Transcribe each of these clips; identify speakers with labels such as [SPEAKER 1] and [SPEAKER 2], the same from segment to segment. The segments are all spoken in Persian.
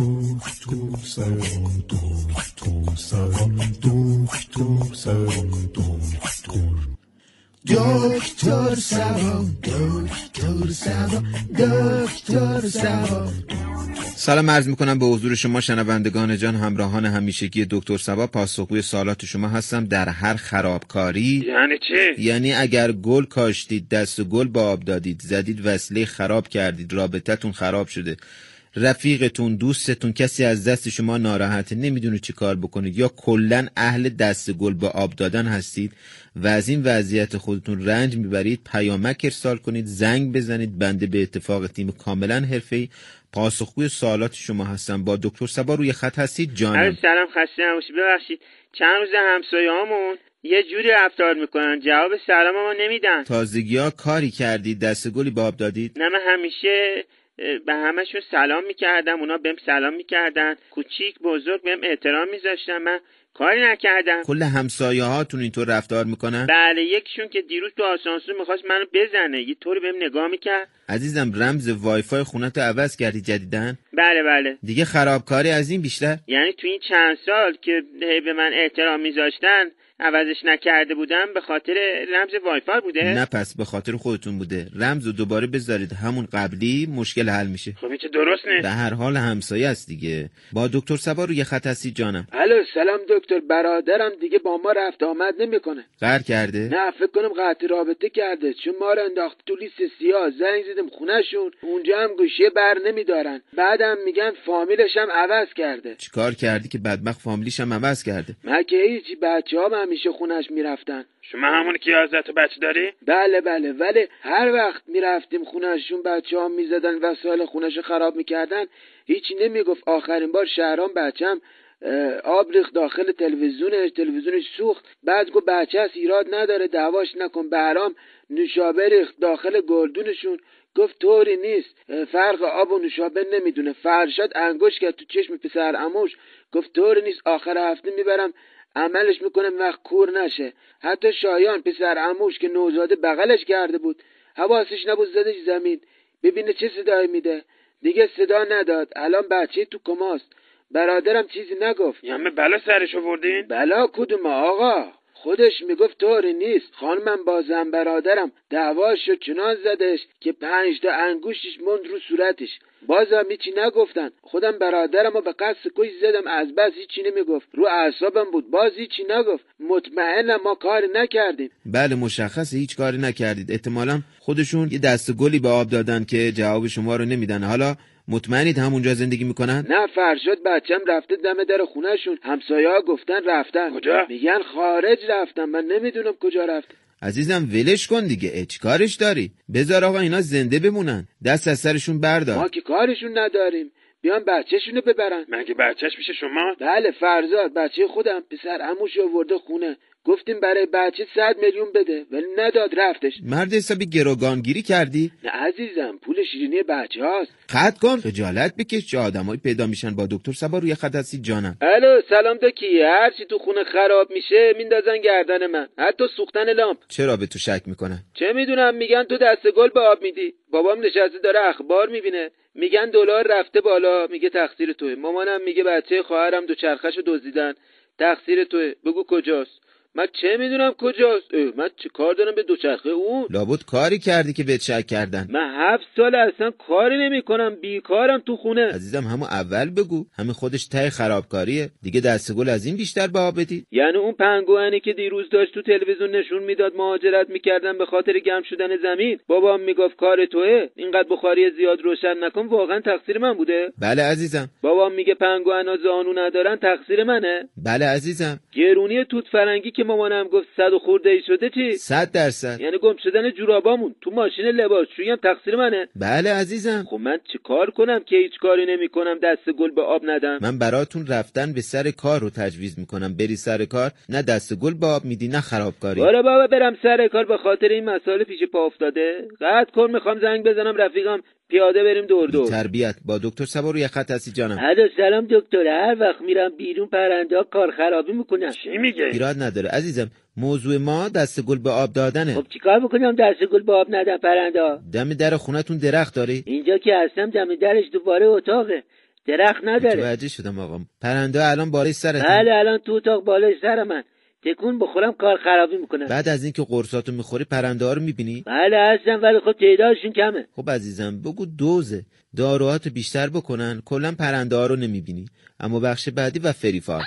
[SPEAKER 1] Doktor Sören, doktor Sören, doktor Sören, doktor. Doktor Sören, doktor Sören, doktor Sören.
[SPEAKER 2] سلام عرض میکنم به حضور شما شنوندگان جان همراهان همیشگی دکتر سبا پاسخگوی سالات شما هستم در هر خرابکاری
[SPEAKER 3] یعنی چی؟
[SPEAKER 2] یعنی اگر گل کاشتید دست گل با آب دادید زدید وسیله خراب کردید رابطتون خراب شده رفیقتون دوستتون کسی از دست شما ناراحته نمیدونه چی کار بکنید یا کلا اهل دست گل به آب دادن هستید و از این وضعیت خودتون رنج میبرید پیامک ارسال کنید زنگ بزنید بنده به اتفاق تیم کاملا حرفه‌ای پاسخگوی سوالات شما هستم با دکتر سبا روی خط هستید
[SPEAKER 3] عرض
[SPEAKER 2] جانم
[SPEAKER 3] سلام خسته نباشید ببخشید چند روز همسایه همون یه جوری رفتار میکنن جواب سلام ما نمیدن
[SPEAKER 2] تازگی ها کاری کردید دست گلی به آب دادید
[SPEAKER 3] نه من همیشه اه، به همشون سلام میکردم اونا بهم سلام میکردن کوچیک بزرگ بهم احترام میذاشتن من کاری نکردم
[SPEAKER 2] کل همسایه هاتون اینطور رفتار میکنن
[SPEAKER 3] بله یکیشون که دیروز تو آسانسور میخواست منو بزنه یه طوری بهم نگاه میکرد
[SPEAKER 2] عزیزم رمز وایفای خونت رو عوض کردی جدیدن
[SPEAKER 3] بله بله
[SPEAKER 2] دیگه خرابکاری از این بیشتر
[SPEAKER 3] یعنی تو این چند سال که هی به من احترام میذاشتن عوضش نکرده بودم به خاطر رمز وایفای بوده
[SPEAKER 2] نه پس به خاطر خودتون بوده رمز رو دوباره بذارید همون قبلی مشکل حل میشه
[SPEAKER 3] خب این که درست
[SPEAKER 2] به
[SPEAKER 3] نیست
[SPEAKER 2] هر حال همسایه است دیگه با دکتر سبا روی خط هستی جانم
[SPEAKER 4] الو سلام دکتر برادرم دیگه با ما رفت آمد نمیکنه
[SPEAKER 2] قهر کرده
[SPEAKER 4] نه فکر کنم قطع رابطه کرده چون ما رو انداخت تو لیست سیاه زنگ زدیم خونهشون اونجا هم گوشیه بر نمیدارن بعدم میگن فامیلش هم عوض کرده
[SPEAKER 2] چیکار کردی که بدبخت فامیلیش هم عوض کرده
[SPEAKER 4] من که هیچی بچه هم همیشه خونش میرفتن
[SPEAKER 3] شما همونی که یازده تا بچه داری
[SPEAKER 4] بله بله ولی هر وقت میرفتیم خونهشون بچه ها میزدن وسایل خونش رو خراب میکردن هیچی نمیگفت آخرین بار شهرام بچم اه، آب ریخت داخل تلویزیونش تلویزیونش سوخت بعد گفت بچه هست ایراد نداره دعواش نکن بهرام نوشابه ریخت داخل گلدونشون گفت طوری نیست اه، فرق آب و نوشابه نمیدونه فرشاد انگوش کرد تو چشم پسر اموش گفت طوری نیست آخر هفته میبرم عملش میکنم وقت کور نشه حتی شایان پسر عموش که نوزاده بغلش کرده بود حواسش نبود زدش زمین ببینه چه صدایی میده دیگه صدا نداد الان بچه تو کماست برادرم چیزی نگفت
[SPEAKER 3] یه همه بلا سرش آوردین
[SPEAKER 4] بلا کدوم آقا خودش میگفت طوری نیست خانمم با زن برادرم دعواش شد چنان زدش که پنج تا انگوشش موند رو صورتش بازم هیچی نگفتن خودم برادرم رو به قصد کوی زدم از بس هیچی نمیگفت رو اعصابم بود باز هیچی نگفت مطمئنم ما کاری نکردیم
[SPEAKER 2] بله مشخصه هیچ کاری نکردید احتمالا خودشون یه دست گلی به آب دادن که جواب شما رو نمیدن حالا مطمئنید همونجا زندگی میکنن
[SPEAKER 4] نه فرشاد بچم رفته دم در خونهشون همسایه ها گفتن رفتن
[SPEAKER 3] کجا؟
[SPEAKER 4] میگن خارج رفتن من نمیدونم کجا رفت
[SPEAKER 2] عزیزم ولش کن دیگه اه، چیکارش داری بذار آقا اینا زنده بمونن دست از سرشون بردار
[SPEAKER 4] ما که کارشون نداریم بیان بچهشونو ببرن
[SPEAKER 3] مگه بچهش میشه شما
[SPEAKER 4] بله فرزاد بچه خودم پسر عموش آورده خونه گفتیم برای بچه صد میلیون بده ولی نداد رفتش
[SPEAKER 2] مرد حسابی گروگانگیری کردی
[SPEAKER 4] نه عزیزم پول شیرینی بچه هاست
[SPEAKER 2] خط کن خجالت بکش چه آدمایی پیدا میشن با دکتر سبا روی خط هستی جانم
[SPEAKER 4] الو سلام دکی هر چی تو خونه خراب میشه میندازن گردن من حتی سوختن لامپ
[SPEAKER 2] چرا به تو شک میکنن
[SPEAKER 4] چه میدونم میگن تو دست گل به آب میدی بابام نشسته داره اخبار میبینه میگن دلار رفته بالا میگه تقصیر توه مامانم میگه بچه خواهرم دو چرخشو دزدیدن تقصیر توه بگو کجاست من چه میدونم کجاست اه، من چه کار دارم به دوچرخه اون
[SPEAKER 2] لابد کاری کردی که بهت شک کردن
[SPEAKER 4] من هفت سال اصلا کاری نمیکنم بیکارم تو خونه
[SPEAKER 2] عزیزم همون اول بگو همین خودش ته خرابکاریه دیگه دست گل از این بیشتر به آب بدی
[SPEAKER 4] یعنی اون پنگوئنی که دیروز داشت تو تلویزیون نشون میداد مهاجرت میکردن به خاطر گم شدن زمین بابام میگفت کار توه اینقدر بخاری زیاد روشن نکن واقعا تقصیر من بوده
[SPEAKER 2] بله عزیزم
[SPEAKER 4] بابام میگه پنگوئنا زانو ندارن تقصیر منه
[SPEAKER 2] بله عزیزم
[SPEAKER 4] گرونی توت فرنگی که مامانم گفت صد و خورده ای شده چی
[SPEAKER 2] صد درصد
[SPEAKER 4] یعنی گم شدن جورابامون تو ماشین لباسشویی هم تقصیر منه
[SPEAKER 2] بله عزیزم
[SPEAKER 4] خب من چه کار کنم که هیچ کاری نمیکنم دست گل به آب ندم
[SPEAKER 2] من براتون رفتن به سر کار رو تجویز میکنم بری سر کار نه دست گل به آب میدی نه خرابکاری
[SPEAKER 4] باره بابا برم سر کار به خاطر این مسائل پیش پا افتاده قطع کن میخوام زنگ بزنم رفیقم پیاده بریم دور دور
[SPEAKER 2] تربیت با دکتر سبا روی خط هستی جانم
[SPEAKER 4] الو سلام دکتر هر وقت میرم بیرون پرنده ها کار خرابی میکنن
[SPEAKER 3] چی میگه
[SPEAKER 2] ایراد نداره عزیزم موضوع ما دست گل به آب دادنه
[SPEAKER 4] خب چیکار بکنم دست گل به آب ندم پرنده ها
[SPEAKER 2] دم در خونتون درخت داری
[SPEAKER 4] اینجا که هستم دم درش دوباره اتاقه
[SPEAKER 5] درخت نداره
[SPEAKER 2] متوجه شدم آقا پرنده الان بالای سرت
[SPEAKER 5] بله الان تو اتاق بالای سر من تکون بخورم کار خرابی میکنن
[SPEAKER 2] بعد از اینکه قرصاتو میخوری پرنده ها رو میبینی
[SPEAKER 5] بله هستم ولی خب تعدادشون کمه
[SPEAKER 2] خب عزیزم بگو دوزه داروهاتو بیشتر بکنن کلا پرنده ها رو نمیبینی اما بخش بعدی و فریفار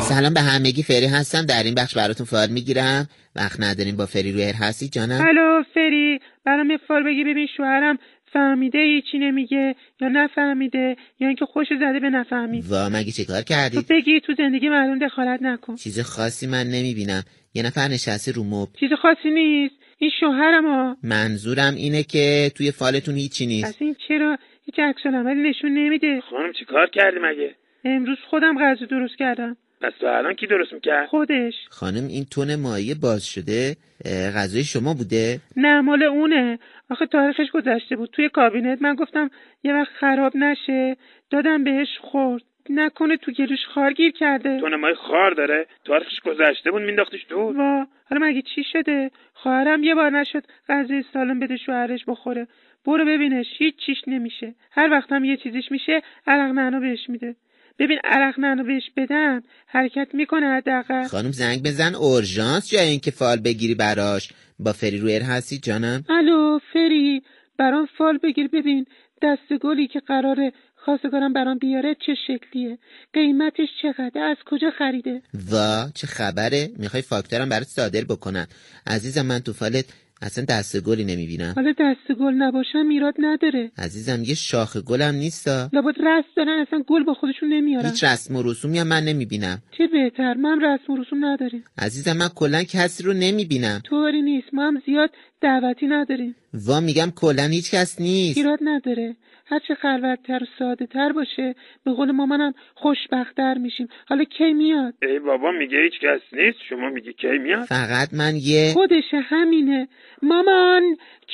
[SPEAKER 6] سلام به همگی فری هستم در این بخش براتون فال میگیرم وقت نداریم با فری روی هستی جانم
[SPEAKER 7] الو فری برام یه فال بگی ببین شوهرم فهمیده هیچی نمیگه یا نفهمیده یا اینکه خوش زده به نفهمید
[SPEAKER 6] وا مگه چه کار
[SPEAKER 7] تو
[SPEAKER 6] کردید
[SPEAKER 7] بگی تو زندگی مردم دخالت نکن
[SPEAKER 6] چیز خاصی من نمیبینم یه نفر نشسته رو مبل
[SPEAKER 7] چیز خاصی نیست این شوهرم ها
[SPEAKER 6] منظورم اینه که توی فالتون هیچی نیست
[SPEAKER 7] پس این چرا هیچ عکس عملی نشون نمیده
[SPEAKER 4] خانم چی کار کردی مگه
[SPEAKER 7] امروز خودم غذا درست کردم
[SPEAKER 4] پس تو الان کی درست میکرد
[SPEAKER 7] خودش
[SPEAKER 6] خانم این تون مایه باز شده اه، غذای شما بوده
[SPEAKER 7] نه مال اونه آخه تاریخش گذشته بود توی کابینت من گفتم یه وقت خراب نشه دادم بهش خورد نکنه تو گلوش خار گیر کرده
[SPEAKER 4] تو نمای خار داره تاریخش گذشته بود مینداختیش دور
[SPEAKER 7] وا حالا مگه چی شده خواهرم یه بار نشد غذای سالم بده شوهرش بخوره برو ببینش هیچ چیش نمیشه هر وقت هم یه چیزیش میشه عرق نعنا بهش میده ببین عرق نعنا بهش بدم حرکت میکنه حداقل
[SPEAKER 6] خانم زنگ بزن اورژانس یا اینکه فال بگیری براش با فری روی هستی جانم
[SPEAKER 7] الو فری برام فال بگیر ببین دست گلی که قراره خواستگارم برام بیاره چه شکلیه قیمتش چقدر از کجا خریده
[SPEAKER 6] وا چه خبره میخوای فاکتورم برات صادر بکنن عزیزم من تو فالت اصلا دست گلی نمیبینم
[SPEAKER 7] حالا دست گل نباشم میراد نداره
[SPEAKER 6] عزیزم یه شاخ گلم نیستا
[SPEAKER 7] لابد رسم دارن اصلا گل با خودشون نمیارن
[SPEAKER 6] هیچ رسم و رسومی هم من نمیبینم
[SPEAKER 7] چه بهتر من رسم و رسوم نداریم
[SPEAKER 6] عزیزم من کلا کسی رو نمیبینم
[SPEAKER 7] طوری نیست ما هم زیاد دعوتی نداریم
[SPEAKER 6] وا میگم کلا هیچ کس نیست
[SPEAKER 7] ایراد نداره هرچه خلوتتر و ساده تر باشه به قول مامانم خوشبختتر میشیم حالا کی میاد
[SPEAKER 4] ای بابا میگه هیچ کس نیست شما میگی کی میاد
[SPEAKER 6] فقط من یه
[SPEAKER 7] خودشه همینه مامان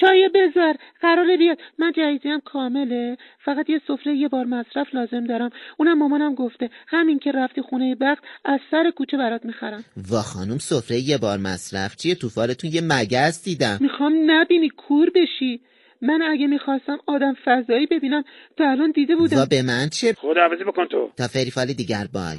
[SPEAKER 7] چای بذار قراره بیاد من جهیزیم کامله فقط یه سفره یه بار مصرف لازم دارم اونم مامانم گفته همین که رفتی خونه بخت از سر کوچه برات میخرم
[SPEAKER 6] وا خانم سفره یه بار مصرف چیه تو فالتون یه مگس دیدم
[SPEAKER 7] میخوام نبینی کور بشی من اگه میخواستم آدم فضایی ببینم تا الان دیده بودم
[SPEAKER 6] وا به من چه
[SPEAKER 4] خود عوضی بکن تو
[SPEAKER 6] تا فریفال دیگر بای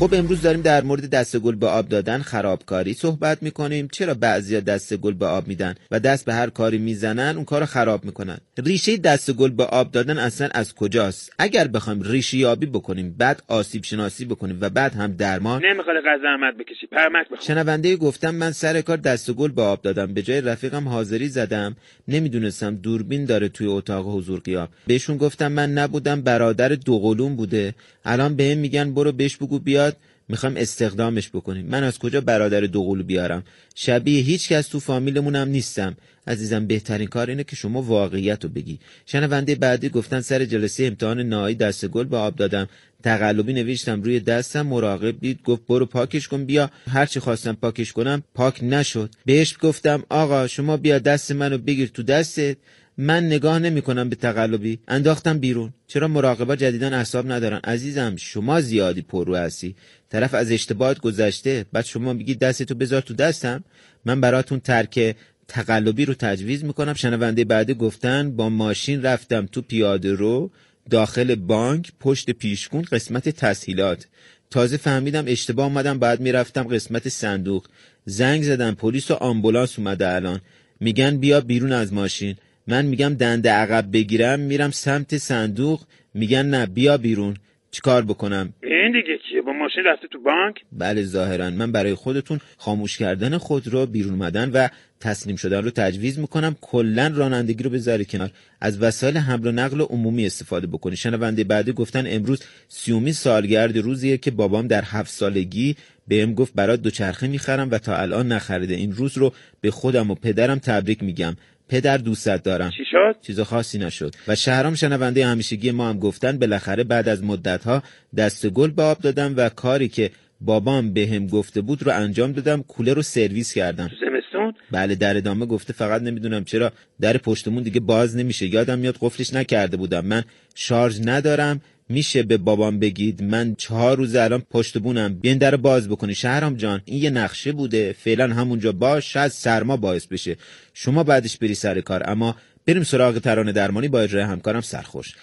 [SPEAKER 2] خب امروز داریم در مورد دست گل به آب دادن خرابکاری صحبت میکنیم چرا بعضیا دست گل به آب میدن و دست به هر کاری میزنن اون کارو خراب میکنن ریشه دست گل به آب دادن اصلا از کجاست اگر بخوایم ریشه یابی بکنیم بعد آسیب شناسی بکنیم و بعد هم درمان
[SPEAKER 4] نمیخواد قد زحمت بکشی پرمک بخون
[SPEAKER 2] شنونده گفتم من سر کار دست و گل به آب دادم به جای رفیقم حاضری زدم نمیدونستم دوربین داره توی اتاق حضور قیاب بهشون گفتم من نبودم برادر دوقلوم بوده الان بهم میگن برو بهش بگو بیاد میخوام استخدامش بکنیم من از کجا برادر دوقلو بیارم شبیه هیچ کس تو فامیلمونم نیستم عزیزم بهترین کار اینه که شما واقعیت رو بگی شنونده بعدی گفتن سر جلسه امتحان نهایی دست گل به آب دادم تقلبی نوشتم روی دستم مراقب دید گفت برو پاکش کن بیا هرچی خواستم پاکش کنم پاک نشد بهش گفتم آقا شما بیا دست منو بگیر تو دستت من نگاه نمیکنم به تقلبی انداختم بیرون چرا مراقبا جدیدان اعصاب ندارن عزیزم شما زیادی پررو هستی طرف از اشتباهات گذشته بعد شما میگی دستتو بذار تو دستم من براتون ترک تقلبی رو تجویز میکنم شنونده بعدی گفتن با ماشین رفتم تو پیاده رو داخل بانک پشت پیشگون قسمت تسهیلات تازه فهمیدم اشتباه اومدم بعد میرفتم قسمت صندوق زنگ زدم پلیس و آمبولانس اومده الان میگن بیا بیرون از ماشین من میگم دنده عقب بگیرم میرم سمت صندوق میگن نه بیا بیرون چیکار بکنم
[SPEAKER 4] این دیگه کیه با ماشین رفته تو بانک
[SPEAKER 2] بله ظاهرا من برای خودتون خاموش کردن خود رو بیرون اومدن و تسلیم شدن رو تجویز میکنم کلا رانندگی رو بذاری کنار از وسایل حمل و نقل عمومی استفاده بکنی شنونده بعدی گفتن امروز سیومی سالگرد روزیه که بابام در هفت سالگی بهم گفت برات دوچرخه میخرم و تا الان نخریده این روز رو به خودم و پدرم تبریک میگم پدر دوستت دارم
[SPEAKER 4] چی شد
[SPEAKER 2] چیز خاصی نشد و شهرام شنونده همیشگی ما هم گفتن بالاخره بعد از مدتها دست گل به آب دادم و کاری که بابام بهم گفته بود رو انجام دادم کوله رو سرویس کردم
[SPEAKER 4] تو زمستون
[SPEAKER 2] بله در ادامه گفته فقط نمیدونم چرا در پشتمون دیگه باز نمیشه یادم میاد قفلش نکرده بودم من شارژ ندارم میشه به بابام بگید من چهار روز الان پشت بونم بیاین در رو باز بکنی شهرام جان این یه نقشه بوده فعلا همونجا باش شاید سرما باعث بشه شما بعدش بری سر کار اما بریم سراغ ترانه درمانی با اجرای همکارم سرخوش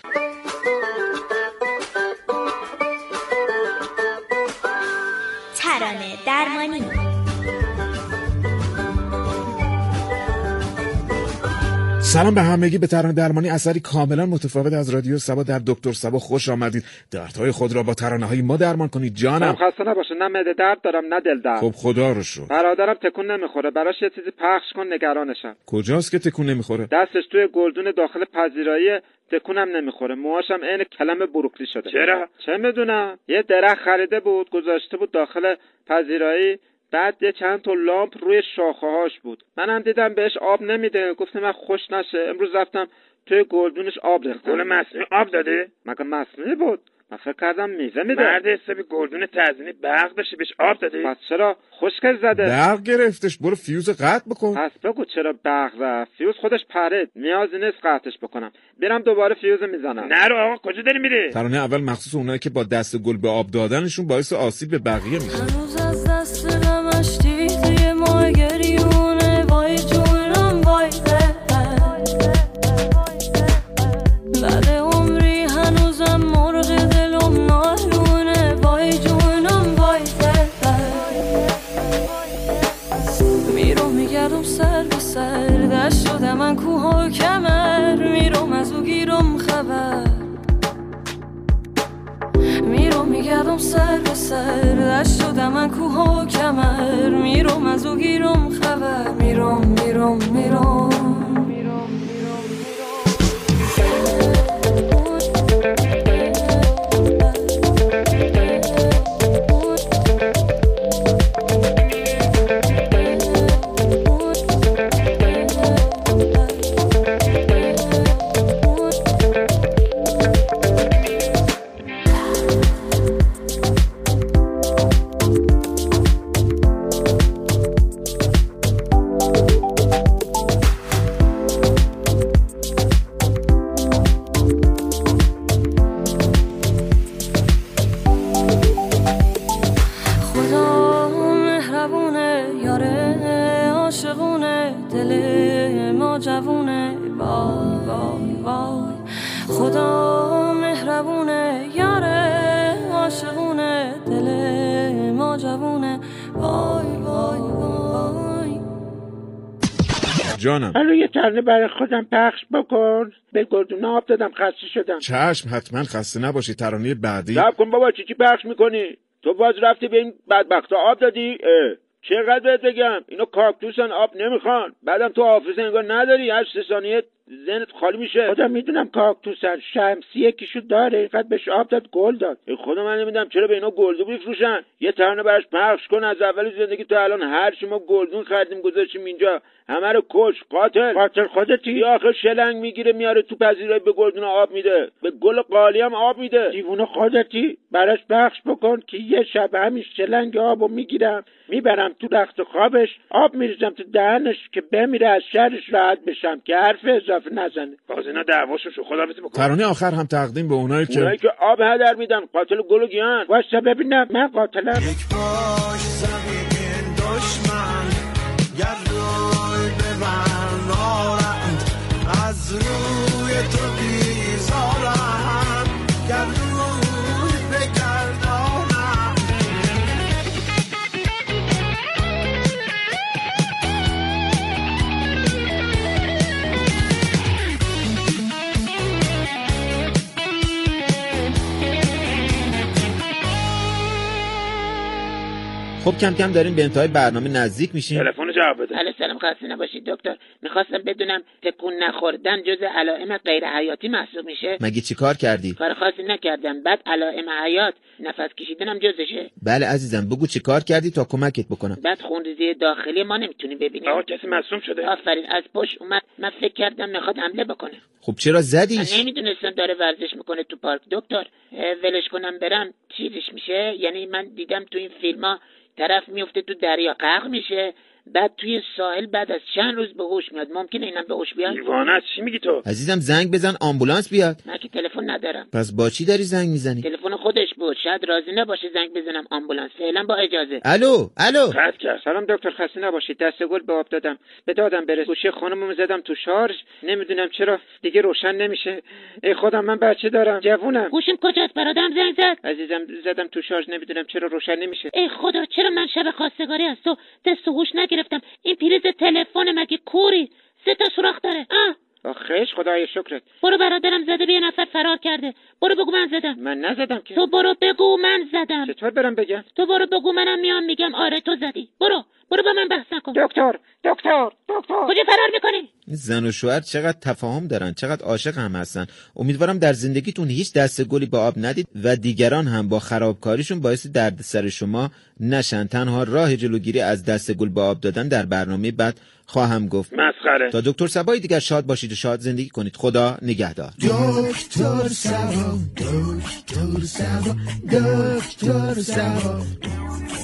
[SPEAKER 8] ترانه درمانی
[SPEAKER 1] سلام به همگی به ترانه درمانی اثری کاملا متفاوت از رادیو سبا در دکتر سبا خوش آمدید دردهای خود را با ترانه های ما درمان کنید
[SPEAKER 9] هم
[SPEAKER 1] جانم
[SPEAKER 9] خب خسته نباشه نه معده درد دارم نه دل درد
[SPEAKER 1] خب خدا رو شد
[SPEAKER 9] برادرم تکون نمیخوره براش یه چیزی پخش کن نگرانشم
[SPEAKER 1] کجاست که تکون نمیخوره
[SPEAKER 9] دستش توی گلدون داخل پذیرایی تکونم نمیخوره موهاشم عین کلم بروکلی شده
[SPEAKER 3] چرا؟
[SPEAKER 9] چه میدونم یه درخت خریده بود گذاشته بود داخل پذیرایی بعد یه چند تا لامپ روی شاخه هاش بود منم دیدم بهش آب نمیده گفتم من خوش نشه امروز رفتم توی گلدونش آب ریختم
[SPEAKER 3] گل مصنوعی آب داده
[SPEAKER 9] مگه مصنوعی بود من فکر کردم میوه میده
[SPEAKER 3] مرد حسابی گلدون تزمینی برق داشته بهش آب داده
[SPEAKER 9] پس چرا خشکش زده
[SPEAKER 1] برق گرفتش برو فیوز قطع بکن
[SPEAKER 9] پس بگو چرا برق رفت فیوز خودش پرید نیازی نیست قطعش بکنم برم دوباره فیوز میزنم
[SPEAKER 3] نرو آقا کجا داری میره
[SPEAKER 1] ترانه اول مخصوص اونایی که با دست گل به آب دادنشون باعث آسیب به بقیه میشه
[SPEAKER 10] هنوز از دست غمش تیغ ما گریونه وای جونم وای زهر بعد بله، عمری هنوزم مرغ دلم نارونه وای جونم وای زهر میروم میگردم سر به سر دست شده من کوه و کمر میروم از او گیرم خبر میرم میگردم سر به سر دشت شدم من کوه و کمر میرم از او گیرم خبر میرم میرم میرم خدا مهربونه یاره عاشقونه دل ما جوونه وای وای وای خدا مهربونه یاره عاشقونه دل ما جوونه وای وای وای
[SPEAKER 1] جانم
[SPEAKER 3] حالا یه ترنه برای خودم پخش بکن به گلدون آب دادم خسته شدم
[SPEAKER 1] چشم حتما خسته نباشی ترانه بعدی
[SPEAKER 3] صبر کن بابا چی چی پخش میکنی تو باز رفتی به این بدبختا آب دادی اه. چقدر بهت بگم اینا کاکتوسن آب نمیخوان بعدم تو حافظه انگار نداری هر سه ثانیه ذهنت خالی میشه خدا میدونم کاکتوسن شمسیه کیشو داره اینقدر بهش آب داد گل داد خدا من نمیدونم چرا به اینا گلدون میفروشن یه ترانه براش پخش کن از اول زندگی تو الان هر چی ما گلدون خریدیم گذاشتیم اینجا همه رو کش قاتل قاتل خودتی آخه شلنگ میگیره میاره تو پذیرایی به گلدون آب میده به گل قالی هم آب میده دیوونه خودتی براش پخش بکن که یه شب همین شلنگ آبو میگیرم میبرم تو رخت خوابش آب میریزم تو دهنش که بمیره از شرش راحت بشم که حرف اضافه نزنه باز اینا دعواشون شد خدا بکن
[SPEAKER 1] ترانه آخر هم تقدیم به اونایی
[SPEAKER 3] اونایی
[SPEAKER 1] که
[SPEAKER 3] که آب هدر میدن قاتل گل و گیان واسه ببینم من قاتلم
[SPEAKER 1] یک
[SPEAKER 11] باش زمین دشمن گر روی به من آرند از روی تو بیزارم گر روی بگردانم
[SPEAKER 2] خب کم کم داریم به انتهای برنامه نزدیک میشیم
[SPEAKER 3] تلفن جواب بده
[SPEAKER 5] علیه بله سلام خسته نباشید دکتر میخواستم بدونم تکون نخوردن جز علائم غیر حیاتی محسوب میشه
[SPEAKER 2] مگه چیکار کردی
[SPEAKER 5] کار خاصی نکردم بعد علائم حیات نفس کشیدنم جزشه
[SPEAKER 2] بله عزیزم بگو چیکار کردی تا کمکت بکنم
[SPEAKER 5] بعد خونریزی داخلی ما نمیتونیم
[SPEAKER 3] آقا
[SPEAKER 5] ببینیم
[SPEAKER 3] کسی مصوم شده
[SPEAKER 5] آفرین از پشت اومد من فکر کردم میخواد حمله بکنه
[SPEAKER 2] خب چرا
[SPEAKER 5] من
[SPEAKER 2] زدیش
[SPEAKER 7] یعنی-
[SPEAKER 5] نمیدونستم داره ورزش میکنه تو پارک دکتر اه، ولش کنم برم چیزش میشه یعنی من دیدم تو این فیلم ها طرف میفته تو دریا غرق میشه بعد توی ساحل بعد از چند روز به هوش میاد ممکنه اینم به هوش بیاد
[SPEAKER 3] دیوانه است. چی میگی تو
[SPEAKER 2] عزیزم زنگ بزن آمبولانس بیاد
[SPEAKER 5] من که تلفن ندارم
[SPEAKER 2] پس با چی داری زنگ میزنی
[SPEAKER 5] تلفن خودش بود شاید راضی نباشه زنگ بزنم آمبولانس فعلا با اجازه
[SPEAKER 2] الو الو
[SPEAKER 3] قطع کرد
[SPEAKER 9] سلام دکتر خسته نباشید دست گل به آب دادم به دادم برس گوشی خانمم زدم تو شارژ نمیدونم چرا دیگه روشن نمیشه ای خودم من بچه دارم جوونم
[SPEAKER 5] گوشیم کجاست برادرم زنگ زد
[SPEAKER 9] عزیزم زدم تو شارژ نمیدونم چرا روشن نمیشه
[SPEAKER 5] ای خدا چرا من شب خواستگاری از تو دست و هوش نگرفتم این پریز تلفن مگه کوری سه تا سوراخ داره آه
[SPEAKER 9] آخیش خدای شکرت
[SPEAKER 5] برو برادرم زده به یه نفر فرار کرده برو بگو من زدم
[SPEAKER 9] من نزدم که
[SPEAKER 5] تو برو بگو من زدم
[SPEAKER 9] چطور برم بگم
[SPEAKER 5] تو برو بگو منم میام میگم آره تو زدی برو برو با من بحث نکن
[SPEAKER 9] دکتر دکتر دکتر
[SPEAKER 5] کجا فرار میکنی
[SPEAKER 2] این زن و شوهر چقدر تفاهم دارن چقدر عاشق هم هستن امیدوارم در زندگیتون هیچ دست گلی به آب ندید و دیگران هم با خرابکاریشون باعث دردسر شما نشن تنها راه جلوگیری از دست گل به آب دادن در برنامه بعد خواهم گفت
[SPEAKER 3] مسخره
[SPEAKER 2] تا دکتر سبایی دیگر شاد باشید و شاد زندگی کنید خدا نگهدار
[SPEAKER 11] دکتر سوا دکتر سوا دکتر سوا